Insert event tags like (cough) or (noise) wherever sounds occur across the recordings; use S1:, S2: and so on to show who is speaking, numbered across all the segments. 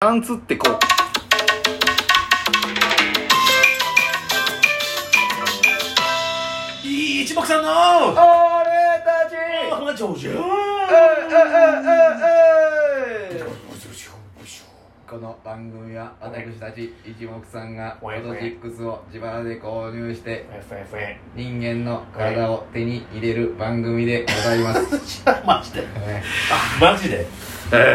S1: パンツってこう
S2: 一目散のお
S1: 俺たち
S2: 花長寿
S1: この番組は私たち一目さんがフォトシックスを自腹で購入して人間の体を手に入れる番組でございます。
S2: マジでマジで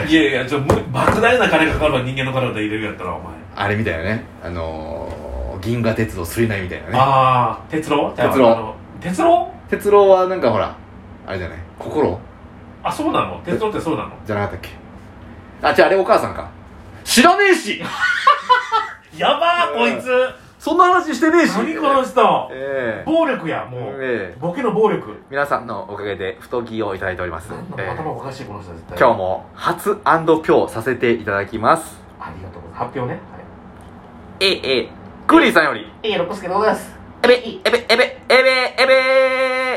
S2: いやいやちょむ莫大な金かかるわ人間の体入れるやったらお前
S1: (laughs) あれみたいなね、あのー、銀河鉄道すりないみたいなね。
S2: ああ鉄郎
S1: 鉄郎
S2: あの鉄郎
S1: 鉄郎はなんかほら、あれじゃない心
S2: あそうなの鉄郎ってそうなの
S1: じゃなかったっけあ、じゃああれお母さんか。知らねえし
S2: やばーこいつ
S1: そんな話してねえし
S2: 何この人
S1: ええ
S2: 暴力やもう
S1: ええ
S2: ボケの暴力
S1: 皆さんのおかげで太着をいただいております。
S2: なんだ
S1: ええ
S2: 頭おかしいこの人は絶対
S1: 今日も初票させていただきます。
S2: ありがとうございます発表ね
S1: ええ、ええ、クーリーさんより、
S2: ええ六輔でございます
S1: えべ、えべ、えべ、えべ、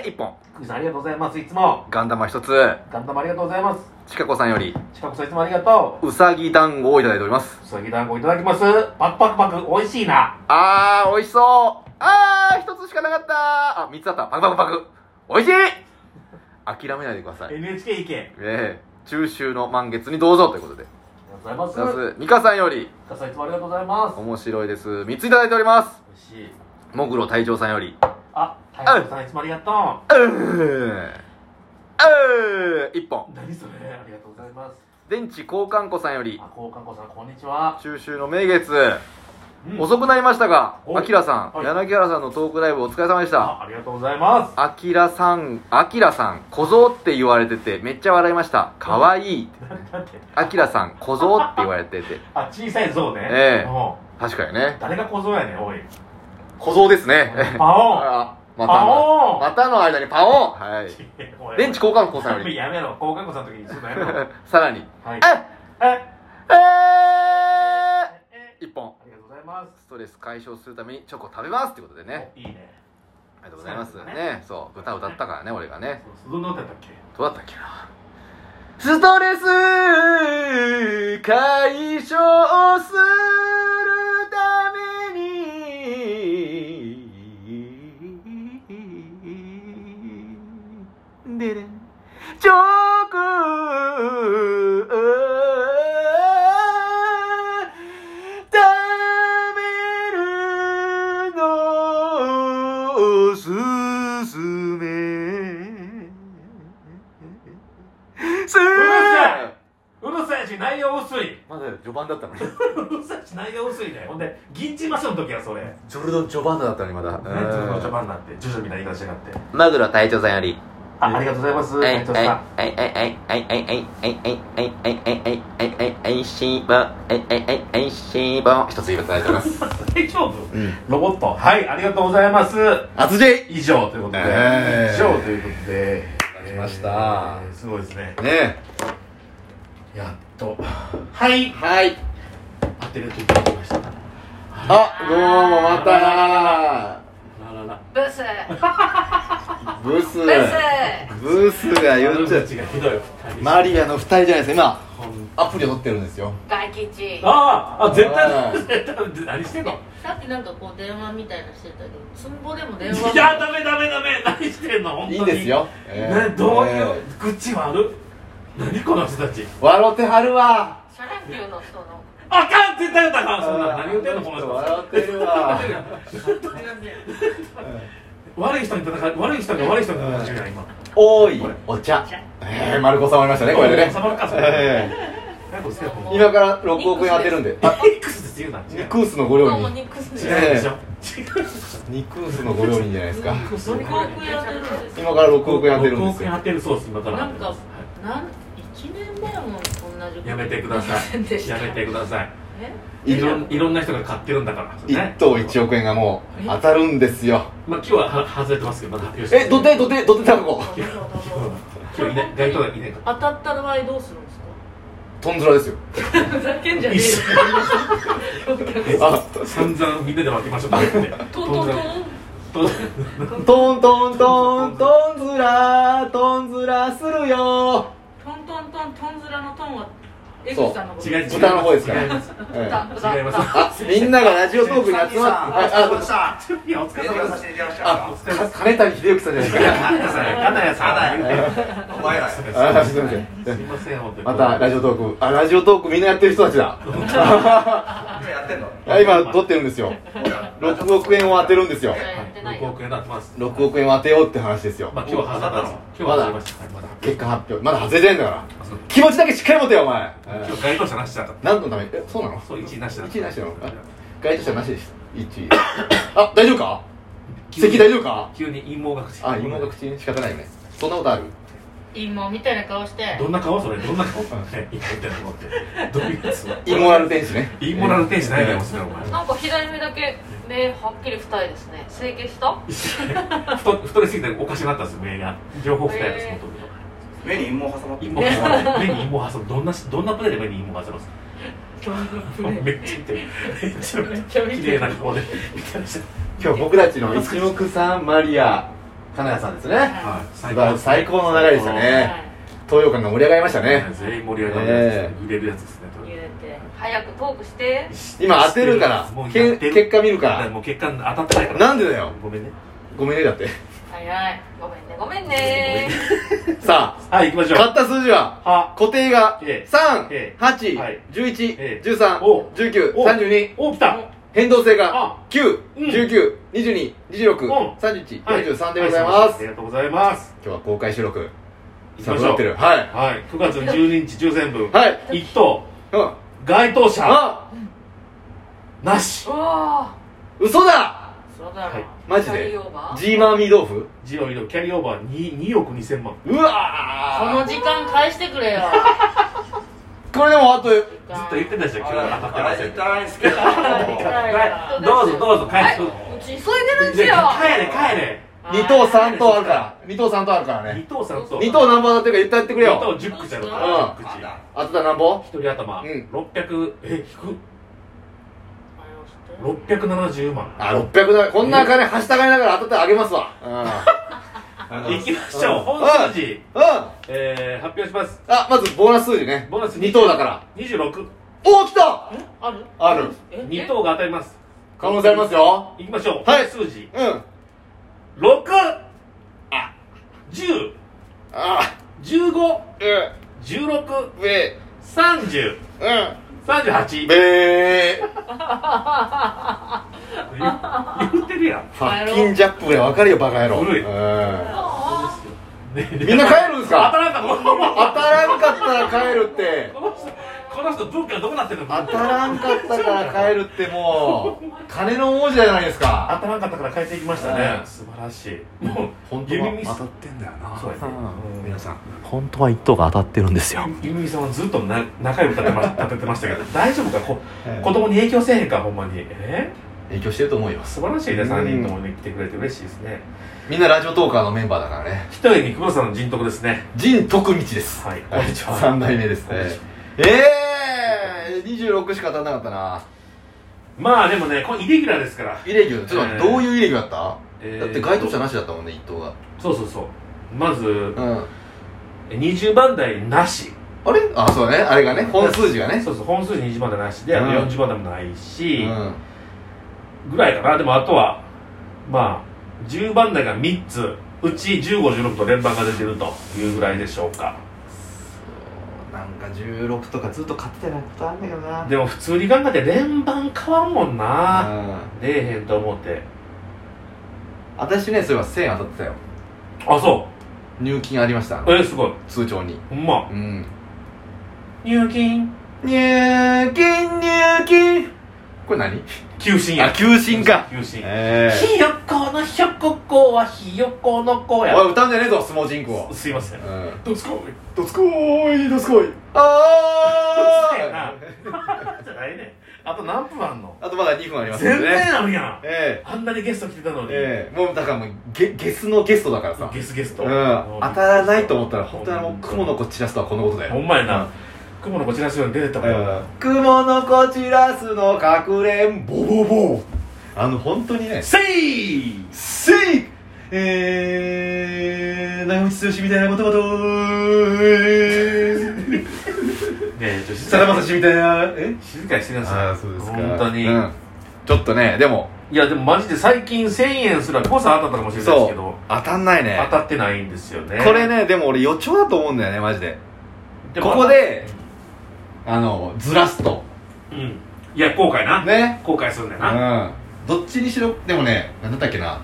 S1: えべ、一本。
S2: クイさんありがとうございますいつも
S1: ガンダマ一つ。
S2: ガンダムありがとうございます
S1: ちかこさんより、
S2: 近くさんいつもありがと
S1: うさぎ団子をいただいております。
S2: ううさぎ団子いただきますパクパクパク美味しいな
S1: あー、美味しそう。あー、一つしかなかったあ、三つあった。パクパクパク。美味しい諦めないでください。ね
S2: NHK 意見ありが
S1: え、中秋の満月にどうぞということで。
S2: とうございます
S1: まず、ミカさんより、
S2: 深さんいつもありがとうございます
S1: 面白いです。三ついただいております。
S2: 美味しい
S1: もぐろ隊長さんより、
S2: あ太陽さんいつもありがとう
S1: うーうー一本。
S2: 何それありがとうございます
S1: 電池交換庫さんより、
S2: あこうかんこさんこんにちは
S1: 中秋の名月。
S2: うん
S1: 遅くなりましたが、
S2: お
S1: アキラさん、
S2: はい
S1: 柳原さんのトークライブお疲れ様でした。
S2: あありがとうございます
S1: アキラさん、アキラさん、小僧って言われてて、めっちゃ笑いました。かわいい。
S2: (laughs) だって
S1: アキラさん、小僧って言われてて。
S2: あ小さい像ね
S1: ええ
S2: うん
S1: 確かにね。
S2: 誰が小僧やねんおい
S1: 小僧ですね。
S2: パ
S1: あ
S2: オン
S1: また
S2: パ
S1: の、
S2: オン
S1: またの間にパオンはい。電池交換庫さんより。
S2: (laughs) やめろ交換庫さんの時にするのやめろ
S1: (laughs) さらに、
S2: はい
S1: え
S2: え
S1: え
S2: え
S1: ー一本。
S2: ありがとうございま。
S1: ストレス解消するためにチョコ食べますってことですね。
S2: おいいね。
S1: ありがとうございます。
S2: そうだね
S1: ね、そう、歌歌ったからね、俺がね。
S2: そうどんな歌だったっけ
S1: どうだったっけなストレス解消するためにでれんチョコ食べるのおすすめす
S2: るうるさいし内容薄い。
S1: まだ序盤だ (laughs) ったのに
S2: うるさいし内容薄いね。ほんで、銀ちましょうの時はそれ。ね、
S1: ジョルド序盤だったのにまだ
S2: ずっと序盤になって、徐々になり方しやがって。
S1: マグロ隊長さんより
S2: あ、ありがとうございます。えっとさん。大丈夫ロボット。はい、ありがとうございます。以上ということで。
S1: ええ
S2: 以上ということで。
S1: ただきました
S2: えーすごいですね。やっと。はい。当てるといただきました。あらら。
S3: ブスブス
S2: 悪口がひどい。本
S3: 大吉
S2: あああ絶
S1: あ
S2: 対
S1: ー
S2: 絶対何してんの
S3: さっきなんかこう電話みたいなしてたけどつんぼでも電話
S2: いやダメダメダメ何してんの本当にねどういう愚痴はある何この人たち
S3: シャランキューの人の
S2: あかん絶対だかんそんな何言ってんのこの人悪い人に戦い悪い人が悪い人に戦い今
S1: 多いお茶ええ丸子さまりましたねこれでね
S2: 収まるかそれ
S1: え
S2: 何個してん
S1: え
S2: の
S1: 今から6億円当てるんであ
S2: いくつです言うな違
S1: ニ
S2: う
S1: クースのご料
S3: もう
S1: 理
S3: 肉
S2: 違
S3: す
S1: え
S3: ね
S2: うでしょ違うでし
S1: ニクースのご料理じゃないですか
S2: ょ
S3: どれくらいやってるんです
S1: 今から6億円当てるん
S2: 6
S1: です
S2: 億円
S1: よ
S2: 当てるそうです今から
S3: なんかなん1年前も同じこと
S2: やめてくださ
S3: でし (laughs)
S2: い
S3: た
S2: やめてください
S3: え
S2: いろんいろんな人が買ってるんだから
S1: 1等1億円がもう当たるんですよ
S2: まあ今日はは外れてますけどまだ発表して
S1: え土手土手土手卵
S3: どうぞどうぞ
S2: 今日いない街頭がいないか
S3: 当たった場合どうするんですか
S1: トンズラですよ
S3: ふざけんじゃね
S2: 一緒
S3: えよ
S1: あ
S2: 散々みんなで分けましょうとか言って
S3: トントント
S2: トン
S3: ン
S1: トントントントンズラトンズラするよ
S3: トントントントンズラのトンは江口さんのこと
S2: 違う違う
S1: 豚の方ですから
S2: 違います
S1: ええ
S3: 豚豚
S2: 違います
S3: 豚
S1: あみんながラジオトークに集まってはいあどうぞ
S4: さ
S2: いやお疲
S4: ん
S2: れ
S4: に
S2: 様
S4: お
S2: で
S4: さ
S2: し
S4: せていただきました
S2: た
S4: か
S2: お疲れ様で
S1: か
S2: した
S1: 金谷秀幸さんじゃないですか
S2: 金谷さんや金谷さん言
S4: 金
S2: うて
S4: お前ら
S2: すい
S1: あすいません
S2: ません本当に
S1: またラジオトークあラジオトークみんなやってる人たちだ
S4: 今やってんの
S1: あ今撮ってるんですよ6億円を当てるんですよ
S2: は
S3: やってない
S2: い6億円なってます
S1: 6億円を当てようって話ですよ
S2: まあ今日は外れたんです今日は外れましたはいまだ
S1: 結果発表まだ外れてんだから
S2: あそう
S1: 気持ちだけしっかり持てよお前、え
S2: 今
S1: ー
S2: 日該当者なしじゃなかっ
S1: 何のためにえそうなの
S2: たそう1位なしだ
S1: 一位なしなのあ該当者なしでした1位あ大丈夫か席大丈夫か
S2: 急に陰謀が口
S1: あ今が口に仕方ないよねそんなことある
S3: 芋みたいな顔して
S2: どんな顔それどんな顔ね陰謀みたいな顔ってどういうやつ
S1: イモラル天使ね
S2: 陰謀なる天使ないで
S1: え
S2: おすねお前
S5: なんか左目だけ目はっきり二重ですね整形した
S2: 太太りすぎておかしくなったんですよ目が情報二重です
S5: へー
S2: 元々
S4: 目に陰謀挟まって
S2: 陰
S4: る
S2: 謀挟まる目に陰謀挟むどんなどんなプレーで目に陰謀挟むんですか
S3: どんなプレー
S2: めっちゃ見てるめっちゃ見て
S3: めっ
S2: る
S3: ちゃ見て
S2: 綺
S3: る
S2: 麗な顔で見てらっしゃる
S1: 今日僕たちの一目散マリア金谷さんですね
S2: はい
S1: 素晴らしい最高の流れでしたね東洋館が盛り上がりましたね
S2: 全員盛り上がるやつですね売れるやつですね
S3: 言えて
S5: 早くトークして
S1: 今当てるから
S2: もうや
S1: け
S2: ってる
S1: 結果見るか
S2: だから
S1: ら
S2: もう結果当たってないから
S1: なんでだよ
S2: ごめんね
S1: ごめんねだって
S5: 早いごめんねごめんね
S1: さあ
S2: はい行きましょう
S1: 買った数字は
S2: は
S1: 固定が
S2: ええええはいええおお
S1: 3811131932
S2: お来た
S1: 変動性が
S2: あうんうん
S1: 91922263143でございま
S2: あ
S1: す
S2: りがとうございます
S1: 今日は公開収録
S2: 行き
S1: さ
S2: ま
S1: あ
S2: し
S1: どう
S2: ょ
S1: なって
S2: う
S1: るはい
S2: はい9月12日抽選分
S1: はい
S2: 1等
S1: うん
S2: 該当者
S1: あ
S2: なし
S5: うわ
S1: 嘘だ
S3: そうだ
S2: はい
S3: ろ
S1: マジ
S5: キャリ
S1: で
S5: ーオーバー
S1: ジーマーミー豆腐
S2: ジオイのキャリーオーバー 2, 2億2000万
S1: う
S3: この
S1: わー
S3: 時間返してくれよ
S1: これでもあと
S3: ず
S2: (laughs)
S3: っ
S2: ずっと言ってたでしょ今日は当たってま
S4: あ
S2: せ
S4: れ
S2: ん
S4: いらないんすけど
S2: はいどうぞどうぞ返す
S5: うち急いでるん
S2: じ
S5: すよ
S2: ゃあ帰れ帰れ
S1: 2等3等あるから2等3等あるから
S2: 二
S1: ね
S2: 等さんと
S1: 2等何番当てるか言ってやってくれ
S2: 二
S1: よ
S2: 等10口だろ
S1: うん
S2: 10口
S1: 当てた何本
S2: 一人頭
S1: うん
S2: 600え引く
S3: あれをして
S2: 670万
S1: あ、600だ。こんな金、はしたがりながら当たったらあげます
S2: (laughs)
S1: わ。うん。うん。
S2: いきましょう本数字
S1: あ、
S2: えー発表します
S1: まずボーナス数字ね。
S2: ボーナス
S1: 2等だから。
S2: 26
S1: おお、来た
S3: ある
S1: ある。
S3: え
S2: 二等が当たります
S1: 可能性ありますよ。
S2: いきましょう
S1: はい
S2: 本数字
S1: うん。
S2: 6あ10
S1: あ、
S2: 15
S1: え、
S2: 16
S1: べ、
S2: 30
S1: う
S2: 38
S1: ん。べー。
S2: 言言ってる (laughs) やん
S1: ファッキンジャップぐらいわかるよ、バカ野郎。
S2: 古い
S1: うん。
S5: あ
S1: みんな帰るんす
S2: 当た
S1: から
S2: んかったこの
S1: 当たらんかったら帰るって。
S2: 人この人文化どうなってるの
S1: 当たらんかったから帰るってもう、金の王子じゃないですか。
S2: 当たらんかったから帰っていきましたね
S1: うん
S2: 素晴らしいもう
S1: 本
S2: 指ミス
S1: ってんだよな
S2: そうやね皆さん
S1: 本当は1等が当たってるんですよ。
S2: ゆみさんはずっとな仲良く立てま立ててましたけ (laughs) ど大丈夫かこ
S1: ええ
S2: 子供に影響せえへんかほんまにえ
S1: 影響してると思うよ
S2: 素晴らしいね3人ともね来てくれて嬉しいですね
S1: みんなラジオトーカーのメンバーだからね
S2: 一人に久保田さんの人徳ですね
S1: 陣徳道です
S2: はいこんにちは
S1: 3代目です
S2: こんに
S1: ね
S2: ち
S1: ええー、26しか当たんなかったな
S2: まあでもねこれイレギュラーですから
S1: イレギュラーちょっと待って、
S2: えー
S1: どういうイレギュラーだった、
S2: えー
S1: だって該当者なしだったもんね一等が
S2: そうそうそうまず
S1: うん
S2: 20番台なし
S1: あれあそうだねあれがね本数字がね
S2: そうそう本数字20番台なしであと
S1: うん
S2: 40番台もないうし
S1: ん
S2: ぐらいかなでもあとはまあ10番台が3つうち1516と連番が出てるというぐらいでしょうか
S1: なんか16とかずっと買ってたことあんだけどな
S2: でも普通に考えて連番変わんもんな
S1: うん
S2: 出えへんと思って
S1: 私ねそういえば1000円当たってたよ
S2: あそ
S1: 入金ありました
S2: うえすごい
S1: 通帳に
S2: ほんま
S1: うん
S2: 入金
S1: 入金入金これ何
S2: 休診
S1: あ
S2: や
S1: 求心か
S2: 休診
S1: ええ
S2: ひよこのひよこ子はひよこの子や
S1: おい歌うんじゃねえぞ相撲人口
S2: すいません
S1: うん
S2: どうですか
S1: どつこーいどつこーいあ
S2: そうやな
S1: ー
S2: じゃないねあと何分あんの
S1: (laughs) あとまだ2分ありますん
S2: 全
S1: でね
S2: 然あるやん
S1: え
S2: あんなにゲスト来てたの
S1: え
S2: に
S1: ええもうだからもうゲゲスのゲストだからさ
S2: ゲスゲスト
S1: うん当たらないと思ったら本当にあの雲の子散らすとはこのことだ
S2: ほ
S1: よ
S2: んまや
S1: うん
S2: な雲のこちらしように出てたもんな
S1: 雲の子散らすのかくれんぼぼぼあの本当にね
S2: せい
S1: せい (laughs) えー、長渕剛みたいな言葉とえー
S2: ねえちょっと静
S1: さ
S2: か
S1: らばさしみたいなえ
S2: 静かにしてください
S1: ああそうですか
S2: 本当に、
S1: うんちょっとねでも
S2: いやでもマジで最近1000円すら誤差当たったかもしれないです
S1: そ
S2: け
S1: う
S2: ど
S1: 当たんないね
S2: 当たってないんですよね
S1: これねでも俺予兆だと思うんだよねマジで
S2: でも
S1: ここであのずらすと
S2: うんいや後悔な、
S1: ね
S2: 後悔するんだよ
S1: う
S2: な、
S1: んどっちにしろでもねなんだったっけな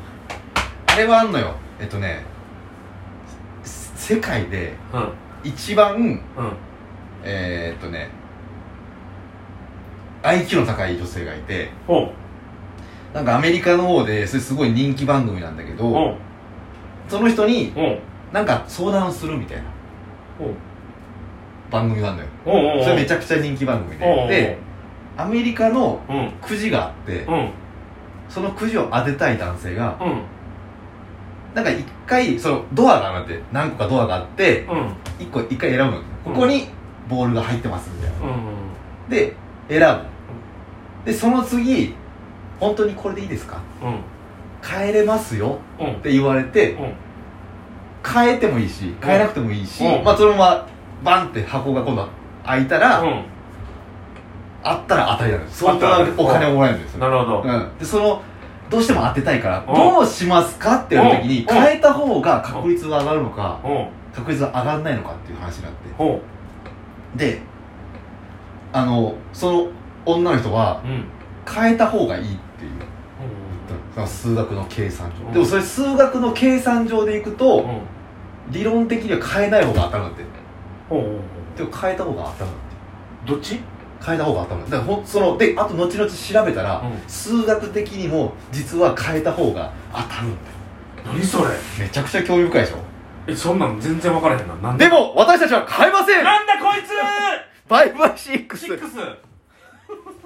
S1: あれはあんのよえっとねせ世界で
S2: うん
S1: 一番
S2: うん
S1: えー、っとね IQ の高い女性がいて
S2: ほ
S1: なんかアメリカの方でそれすごい人気番組なんだけ
S2: うほ
S1: ど
S2: う
S1: その人に
S2: ほう
S1: なんか相談をするみたいな
S2: ほう
S1: 番組なんだよ
S2: ほうほう
S1: それめちゃくちゃ人気番組で
S2: ほう
S1: でアメリカの
S2: うん
S1: くじがあって
S2: うん
S1: そのくじを当てたい男性が
S2: うん
S1: なんか一回そのドアがあって何個かドアがあって
S2: うん
S1: 一個一回選ぶのここにボールが入ってますみたいな
S2: うん
S1: で選ぶでその次本当にこれでいいですか
S2: うん
S1: 変えれますよ
S2: うん
S1: って言われて
S2: うん
S1: 変えてもいいし変えなくてもいいし、
S2: うん
S1: まあそのままバンって箱が今度開いたら、
S2: うん
S1: あったら当たりなんです
S2: あ
S1: 相
S2: ったら当たり
S1: 当お金をもらえるんですよ
S2: なるほど
S1: うん、でそのどうしても当てたいから
S2: うん
S1: どうしますかっていう時に
S2: うん
S1: 変えた方が確率は上がるのか
S2: ほ
S1: 確率は上がらないのかっていう話になっ
S2: うほ
S1: てであのその女の人は
S2: ううん
S1: 変えた方がいいっていうその数学の計算上でもそれ数学の計算上でいく
S2: うん
S1: と
S2: うん
S1: 理論的には変えない方が当たるんだって
S2: ほうほうほ
S1: でも変えた方が当たるんだって
S2: うどっち
S1: 変えた方が当たるんだってほんそのであと後々調べたら、
S2: うん
S1: 数学的にも実は変えた方が当たるんだよ
S2: 何それ
S1: めちゃくちゃ興味深いでしょ
S2: えそんなん全然分からへんななん
S1: でも、私たちは変えません
S2: なんだこいつ
S1: バイバイシック
S2: シックス